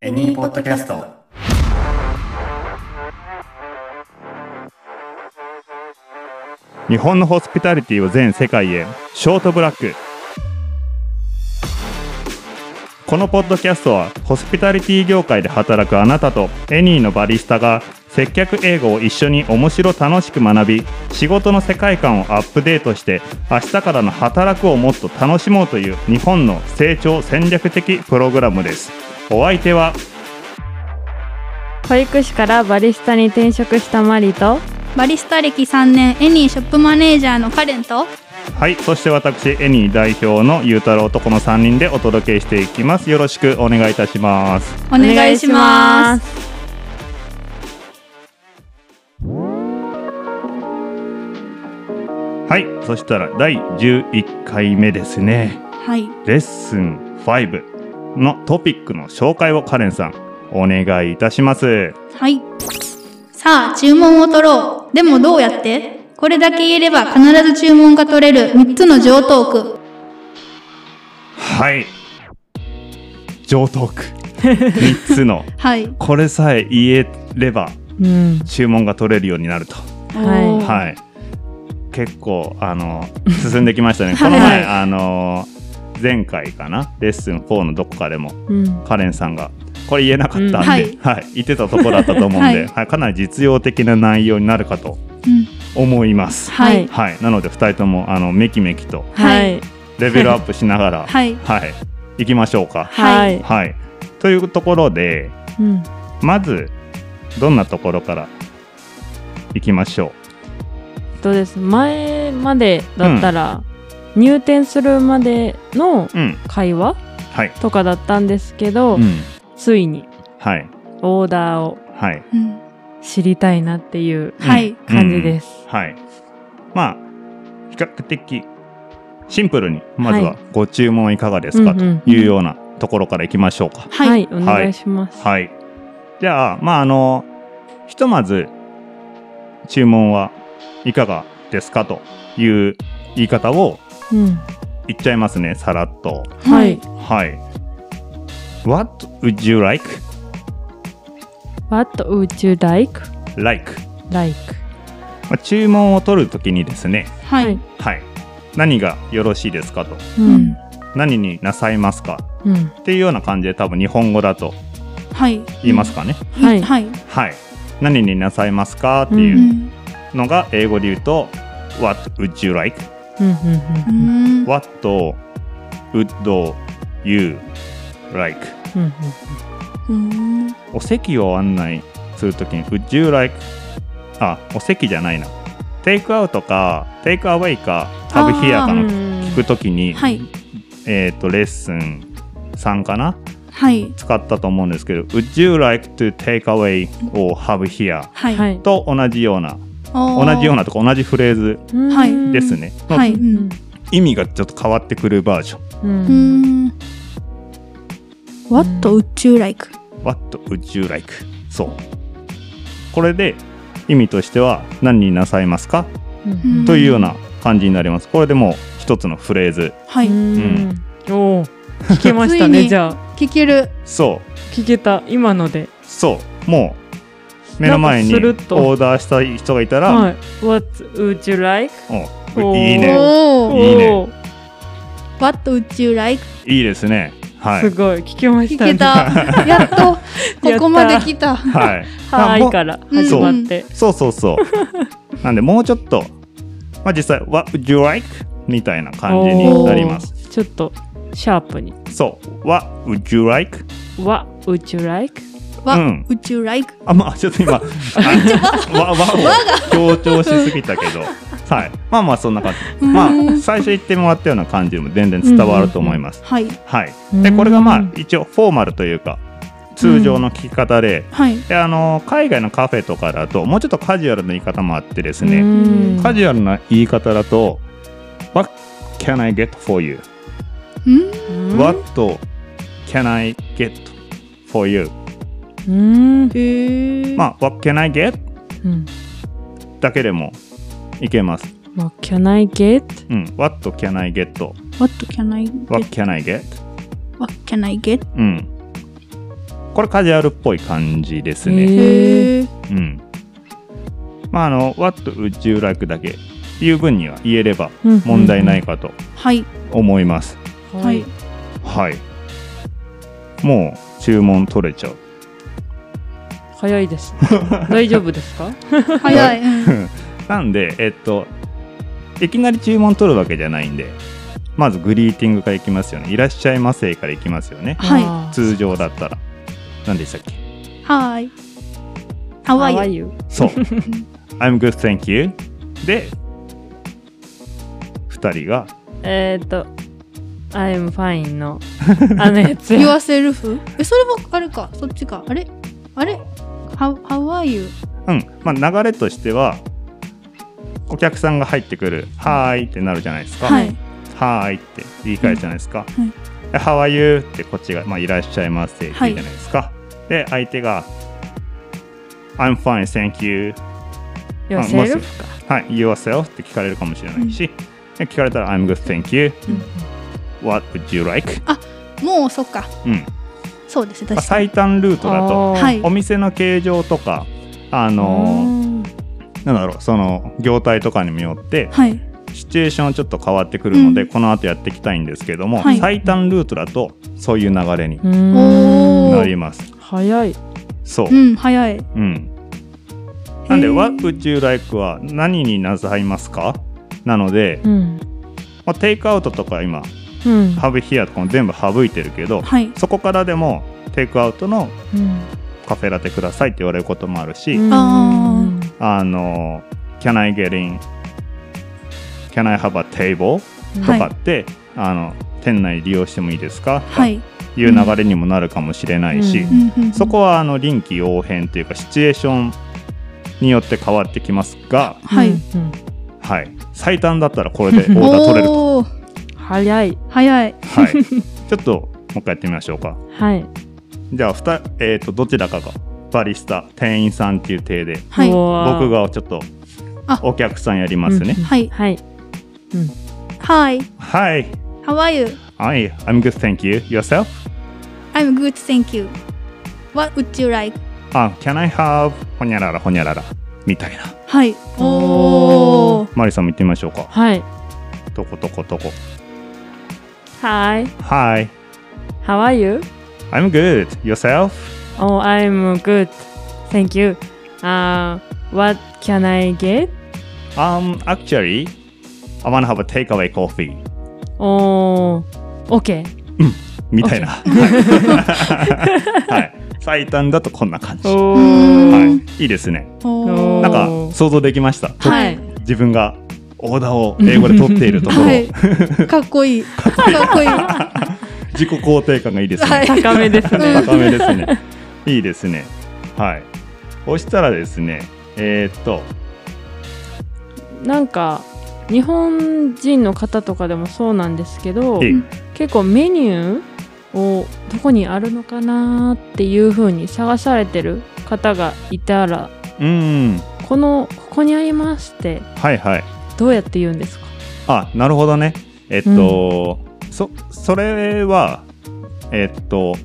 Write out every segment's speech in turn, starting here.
エニーポッドキャスト。日本のホスピタリティを全世界へショートブラックこのポッドキャストはホスピタリティ業界で働くあなたとエニーのバリスタが接客英語を一緒に面白楽しく学び仕事の世界観をアップデートして明日からの働くをもっと楽しもうという日本の成長戦略的プログラムですお相手は保育士からバリスタに転職したマリとバリスタ歴3年エニーショップマネージャーのカレンとはいそして私エニー代表のゆうたろうとこの3人でお届けしていきますよろしくお願いいたしますお願いしますす。はい、そしたら第11回目ですね。はいレッスン5のトピックの紹介をカレンさん、お願いいたします。はいさあ注文を取ろうでもどうやってこれだけ言えれば必ず注文が取れる3つの上トークはい。上トーク。3つの。はいこれさえ言えればうん、注文が取れるようになると。はいおーはい。結構、あの、進んできましたね。この前、あの、前回かな、レッスン4のどこかでもうん、カレンさんがこれ言えなかったんで、うんはい言ってたところだったと思うんで、 ははいいかなり実用的な内容になるかとうん思います。ははいいはい、なので2人ともあのメキメキとはい、レベルアップしながら、はいはいいきましょうか。は、はいはい、というところでうん、まずどんなところからいきましょそうです。前までだったら、入店するまでのう。うん、会話はい、とかだったんですけど、うん、ついにはい、オーダーをはい、うん知りたいなっていうはいうん感じです。はい。まあ比較的シンプルにまずははご注文いかがですかうんとうんいうようなところからいきましょうか。はいはい、お願いします。はい。じゃあまああのひとまず注文はいかがですかという言い方をうん、言っちゃいますねさらっと。はい。はい。What would you like? What would you like? Like. Like. まあ注文を取るときにですね。はいはいはい。何がよろしいですかと。ううんん、何になさいますかうん、っていうような感じで多分日本語だとはい言いますかね、ははいいはいはい何になさいますかってういうんのが英語で言うと、What would you like? うん、ううん、ん What would you like? うん、うんお席を案内するときに Would you like? あお席じゃないなテイクアウトかテイクアウェイかハブヒアかうのん、聞くときに、はいえっ、とレッスン3かなはい使ったと思うんですけど Would you like to take away or have here? はいはい、と同じような同じようなとか同じフレーズはいうんです。ね、なはいのうん意味がちょっと変わってくるバージョンう、うんん What would you like? What would you like? そうこれで意味としては何になさいますかうんというような感じになりますこれでもう一つのフレーズはいうんおお、聞けましたついね。にじゃあ、聞けるそう聞けた、今ので。そうもう目の前にオなんかするっとーダーしたい人がいたら、はい。What would you like? おおーいいねおおいいねおー What would you like? いいですねはすいごい、聞けまし聞たね。けたやっとここまで来たはい はもーういから始まって。そうそうそう なんでもうちょっとまあ実際 What would you like? みたいな感じになりますおー。ちょっと、シャープに。そう。What would you like? What would you like? わ、ううんん、宇宙 like あ、まあ、ちょっ と今、あわ、わを強調しすぎたけ ど、はい。まあまあ、そんな感じ。まあ、最初言ってもらったような感じでも全然伝わると思います。はいはい。で、これがまあ、一応、フォーマルというか、通常の聞き方で、はいであの海外のカフェとかだと、もうちょっとカジュアルな言い方もあってですうね、んカジュアルな言い方だと、What can I get for you? うんうん What can I get for you? うんへーまあ、What can I get? うんだけでもいけます。 What can I get? うん。What can I get? What can I What get? can I get? What can I get? うん。これカジュアルっぽい感じですね。へへええ。うん。まああの What would you like だけっていう分には言えれば問題ないかとはい。思います。ははいい。はい。もう注文取れちゃう。 早いです、ね。大丈夫ですか？早い。うんなんでえっといきなり注文取るわけじゃないんで、まずグリーティングからいきますよね。いらっしゃいませからいきますよね。はいあー通常だったら何でしたっけ？はーい。ハワイ。 How are you？そう。I'm good, thank you. で、二人が、えーっと、I'm fine のあのやつ。 Yourself え、それもあれか。そっちか。あれあれ ?How, how are you? うん、まあ流れとしては、お客さんが入ってくる、はーいってなるじゃないですか。、はいい。はーいって言い換えるじゃないですか。うんはいで How are you? ってこっちが、まあ、いらっしゃいませって言うじゃないですか。で、相手が、I'm fine, thank you. まよあせまずるはい、yourself って聞かれるかもしれないし、で聞かれたら、I'm good, thank you. うん What would you like? もう、そっか。うん。そうですね。まあ、確かに。最短ルートだと、はいお店の形状とかあのーなんだろうその業態とかにもよってはい。シチュエーションはちょっと変わってくるので、うんこの後やっていきたいんですけども、はい最短ルートだとそういう流れにうおんーなります、早い。そうう、ん、早い。うん、なんで「へー What would you like」は何になさいますかなので、うん。まあ、テイクアウトとか今うん「ハブヒア」とかも全部省いてるけどはい。そこからでもテイクアウトのうんカフェラテくださいって言われることもあるし、ああの、Can I get in? Can I have a table? とはいかって、あの、店内利用してもいいですかはい。という流れにもなるかもしれないし、うんうんうんうんそこは、あの、臨機応変というか、シチュエーションによって変わってきますが、はい。うんはい。最短だったらこれでオーダー取れると。おお早い。早い。はい。ちょっと、もう一回やってみましょうか。はい。じゃあ、二、えっ、と、どちらかが、バリスタ、店員さんっていう体で、はい。はおー僕。がちょっとあ、お客さんやりますね。うんい。はい。はい。はい。 How are you? Hi, I'm good, thank you. Yourself? I'm good, thank you. What would you like? あ、Can I have ほにゃららほにゃららみたいな。はい。おおお。マリさんも言ってみましょうか。はい。とことことこ。 Hi. Hi, How are you? I'm good. Yourself? Oh, I'm good. Thank you. Uh, what can I get? Um, actually, I wanna have a takeaway coffee. Oh, okay. みたいな。はいはい。最短だとこんな感じ。はーい。いいですね。おなんかおー想像できました。はい。自分がオーダーを英語で取っているところ、はい。かっこいい。かっ こいい。は自己肯定感がいいですね。い。 高めですね。高めですね。 いいですね。はい。そしたらですね、えーっと、なんか日本人の方とかでもそうなんですけどえい結構メニューをどこにあるのかなっていう風に探されてる方がいたらうーん、このここにありますってはいはい。どうやって言うんですかあ、なるほどね。えっと、そ、それは、えっと、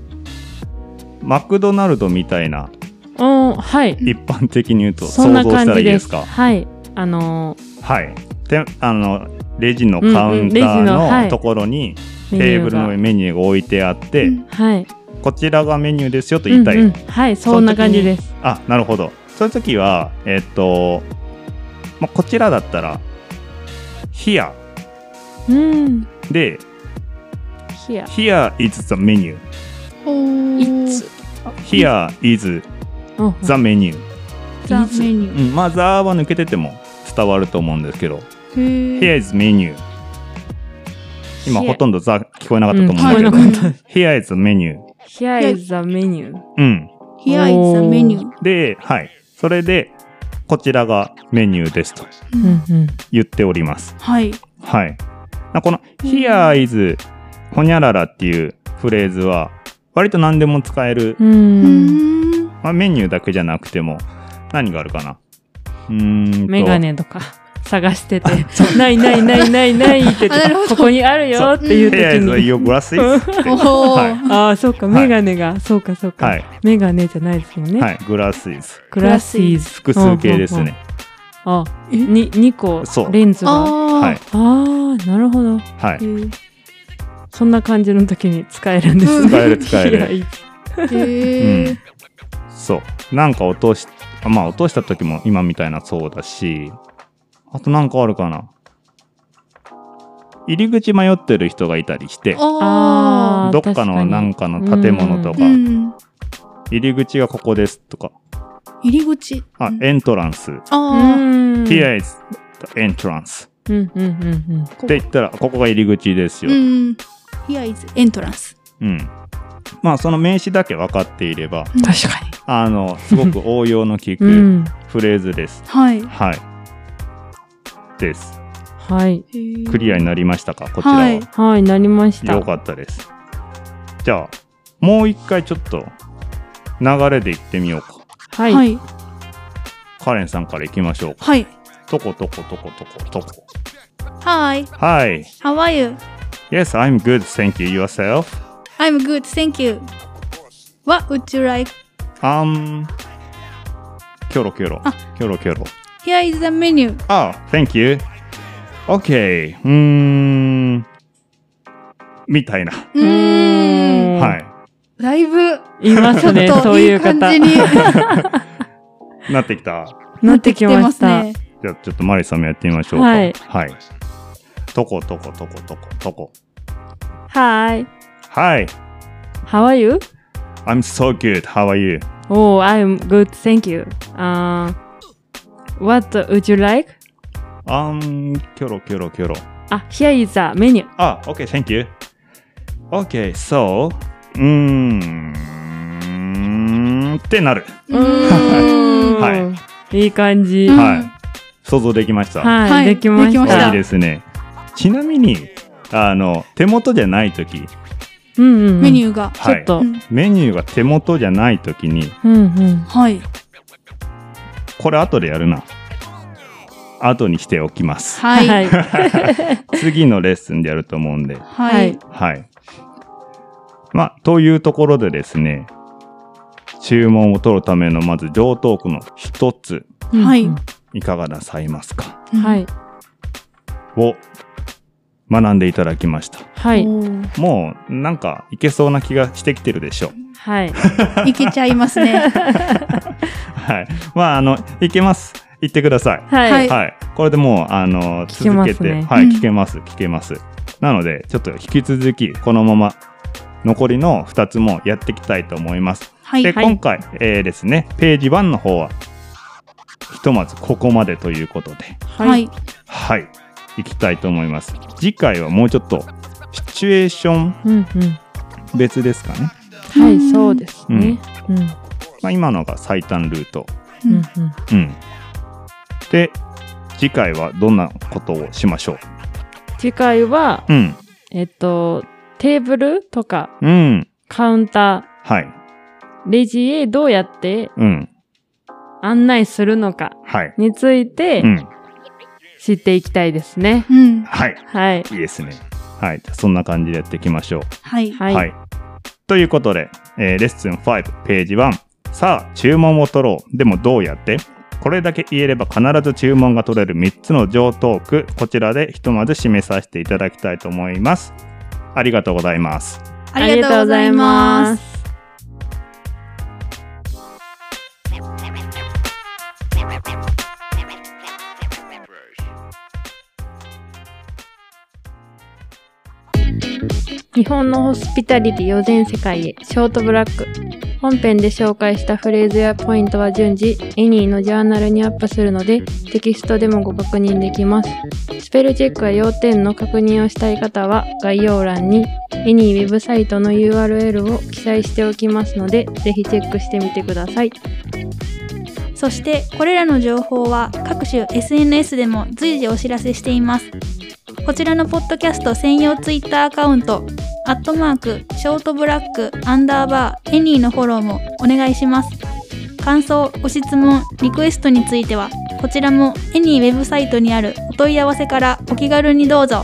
マクドナルドみたいな、うんはい一般的に言うとそ想像んなした感らいじいでですすかはいあのーはい。で、あの、レジのカウンタうんうんレジのはーのいところに、メニテューブールのが上にメニューが置いてあって、うんはいこちらがメニューですよと言いたい。うんうんはいそんな感じですあなるほどそういう時はえっと、まあ、こちらだったら「Here うん」でいや「Here is the menu」お「お。いつ」 「Here is うん the menu ザメニ」ュうん、まあ「the」は抜けてても伝わると思うんですけど「ー。へ Here え。is menu」今 Here ほとんど「the」聞こえなかったと思うん聞だこえけなどかった「Here is the menu 「Here is the menu」」うん、 Here is the menu. ではいそれでこちらがメニューですとうんうん言っておりますはい。はい。なこのうん Here is ほにゃららっていうフレーズは割と何でも使える、ううんーん。まあ、メニューだけじゃなくても何があるかなうーんと メガネとか探してて「ないないないないない」って言っあなてるほどここにあるよ」っていう時 Here is に your glasses おお、 はああそうかはいメガネが、そうかそうか、はいメガネじゃないですもんね、はい glasses グラスイズ複数形ですねあに2個そうレンズがああはいあーなるほど、はへいーそんな感じの時に使えるんですね使える使 えるいやいいあへうえんそうなんか落としまあ落とした時も今みたいなそうだしあとなんかあるかな入り口迷ってる人がいたりしてああーどっかの確かなにんかの建物とあうかん入り口がここですとか入り口あうんエントランスうあん Here is the entrance うんうんうんあこって言ったらここが入り口ですよう、ん Here is entrance うんまあその名詞だけ分かっていればうん確かにあのすごく応用の効 うくんフレーズです、はいはいですはいクリアにななりましたかこちらは、はいはいなりましたよかったですじゃあもう一回ちょっと流れでいってみようかはい、はいカレンさんからいきましょうかはいとことことことことこ Hi Hi how are you Yes I'm good thank you yourself I'm good thank you What would you like Um キョロキョロあキョロキョロ Here is the menu Oh, thank you. Okay. うーん。みたいな。うーんは。はいだいぶいまちすょっとねそういいうい方感じになってきた。なってきましたねじゃあ、ちょっとマリさんもやってみましょうか。はいはい。とことことことことこ。 Hi Hi, how are you? I'm so good. How are you? Oh I'm good thank you、uh, What would you like? Um, キョロキョロキョロ。あ Here is a menu あ、OK, thank you. OK, so, うーん、ってなる。うーんい。いい感じ。うんはいはい。想像できました。い、はいできまし。できましたいいですね。ちなみに、あの、手元じゃないとき、うんうんうん、メニューがちょっと、うんメニューが手元じゃないときに、うんうん。はいこれ後でやるな。後にしておきます。はいははいい。次のレッスンでやると思うんで。はいはい。まあ、というところでですね、注文を取るためのまず上等句の一つ、はいうんいかがなさいますかうんはい。を学んでいただきました。はい。おーもう、なんか、いけそうな気がしてきてるでしょう。はい。いけちゃいますねはい。まあ、あの、いけます。行ってください。は。はいいはい。これでもう、あの、聞け続まけすねて、はい、うん聞けます、聞けます。なので、ちょっと引き続き、このまま、残りの2つもやっていきたいと思います。はいで、はい今回、えーですね、ページ1の方は、ひとまずここまでということで、は。いはい、いきたいと思います。次回はもうちょっと、シチュエーションうんうん。別ですかね。はうい、んそうですね。うん。うんまあ、今のが最短ルート。うんうん。うん。で、次回はどんなことをしましょう次回は、うん。えっと、テーブルとかうん。カウンタはい。ー、レジへどうやってうん。案内するのかはい。についてうん。知っていきたいですね。うんはい。はい。いいですね。はい。そんな感じでやっていきましょう。はいはい。ということで、えーレッスン5、ページ1。さあ、注文を取ろう。でもどうやってこれだけ言えれば必ず注文が取れる3つの上等句。こちらでひとまず締めさせていただきたいと思います。ありがとうございます。ありがとうございますす。日本のホスピタリティ4全世界へショートブラック本編で紹介したフレーズやポイントは順次エニーのジャーナルにアップするのでテキストでもご確認できますスペルチェックや要点の確認をしたい方は概要欄にエニーウェブサイトの URL を記載しておきますのでぜひチェックしてみてくださいそしてこれらの情報は各種 SNS でも随時お知らせしていますこちらのポッドキャスト専用ツイッターアカウントアットマークショートブラックアンダーバーエニーのフォローもお願いします感想ご質問リクエストについてはこちらもエニーウェブサイトにあるお問い合わせからお気軽にどうぞ。